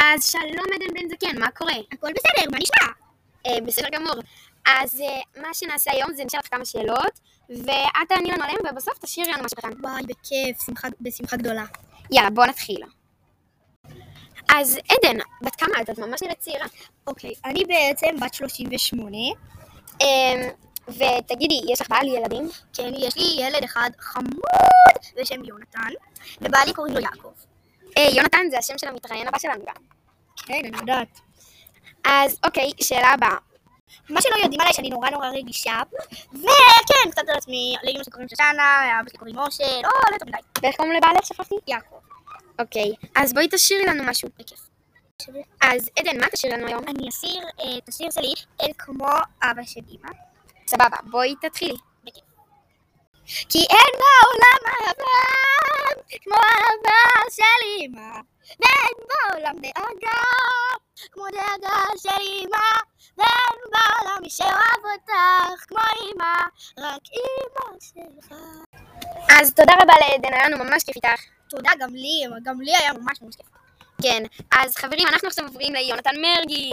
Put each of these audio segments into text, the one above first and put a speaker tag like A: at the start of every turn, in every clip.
A: אז שלום עדן בן זקן, מה קורה? הכל בסדר, מה נשמע? אה, בסדר גמור. אז אה, מה שנעשה היום זה נשאל לך כמה שאלות, ואת תעני לנו עליהן, ובסוף תשאירי לנו משהו קטן.
B: וואי, בכיף, שמחה, בשמחה גדולה.
A: יאללה, בוא נתחיל. אז עדן, בת כמה את? את ממש נראית צעירה.
B: אוקיי, אני בעצם בת 38.
A: אמ, ותגידי, יש לך בעל ילדים?
B: כן, יש לי ילד אחד חמוד בשם יונתן, ובעלי קוראים לו יעקב.
A: אה, יונתן זה השם של המתראיין הבא שלנו גם.
B: כן, אני יודעת.
A: אז אוקיי, שאלה הבאה.
B: מה שלא יודעים עליי שאני נורא נורא רגישה, וכן, קצת על עצמי, לאמא שלי קוראים שושנה, לאבא שלי קוראים משה, לא, לא טוב מדי.
A: ואיך קוראים לבעלך? שכחתי.
B: יעקב.
A: אוקיי, אז בואי תשאירי לנו משהו. בכיף. אז עדן, מה תשאירי לנו היום?
B: אני אסיר אה, את השיר שלי אל כמו אבא של אמא.
A: סבבה, בואי תתחילי.
B: כי אין בעולם אהבה כמו אהבה של אמא, ואין בעולם דאגה כמו דאגה של אמא, ואין בעולם מי שאוהב אותך כמו אמא, רק אמא שלך.
A: אז תודה רבה לעדן, היה לנו ממש כיף איתך.
B: תודה גם לי, גם לי היה ממש ממש כיף.
A: כן, אז חברים, אנחנו עכשיו עוברים ליונתן מרגי.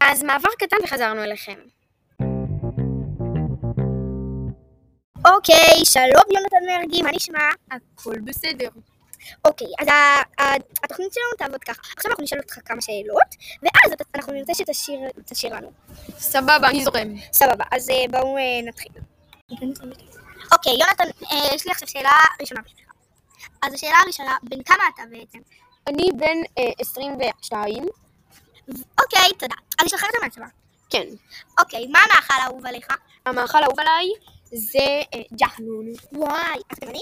A: אז מעבר קטן וחזרנו אליכם.
B: אוקיי, שלום יונתן מרגי, מה נשמע?
A: הכל בסדר.
B: אוקיי, אז ה- ה- התוכנית שלנו תעבוד ככה. עכשיו אנחנו נשאל אותך כמה שאלות, ואז אתה- אנחנו נרצה שתשיר תשיר לנו.
A: סבבה, אני זורם.
B: סבבה, אז אה, בואו אה, נתחיל. אוקיי, יונתן, אה, יש לי עכשיו שאלה ראשונה בשבילך. אז השאלה הראשונה, בן כמה אתה בעצם?
A: אני בן אה, 22.
B: אוקיי, תודה. אז יש לך את המעצמה.
A: כן.
B: אוקיי, מה המאכל האהוב עליך?
A: המאכל האהוב עליי זה אה, ג'חנון.
B: וואי, אתה תימני?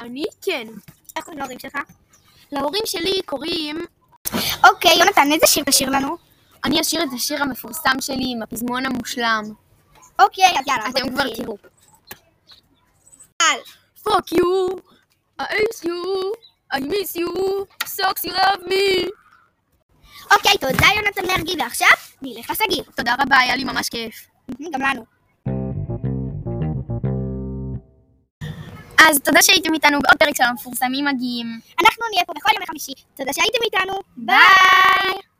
A: אני כן.
B: איך קוראים להורים שלך?
A: להורים שלי קוראים,
B: אוקיי, יונתן, איזה שיר תשאיר לנו?
A: אני אשיר את השיר המפורסם שלי עם הפזמון המושלם.
B: אוקיי, אז יאללה,
A: אתם כבר תראו.
B: יאללה.
A: fuck you, I hate you, I miss you, sucks you love me.
B: אוקיי, תודה יונתן מרגי, ועכשיו נלך לסגיר.
A: תודה רבה, היה לי ממש כיף.
B: גם לנו.
A: אז תודה שהייתם איתנו בעוד פרק של המפורסמים מגיעים.
B: אנחנו נהיה פה בכל יום חמישי. תודה שהייתם איתנו, ביי!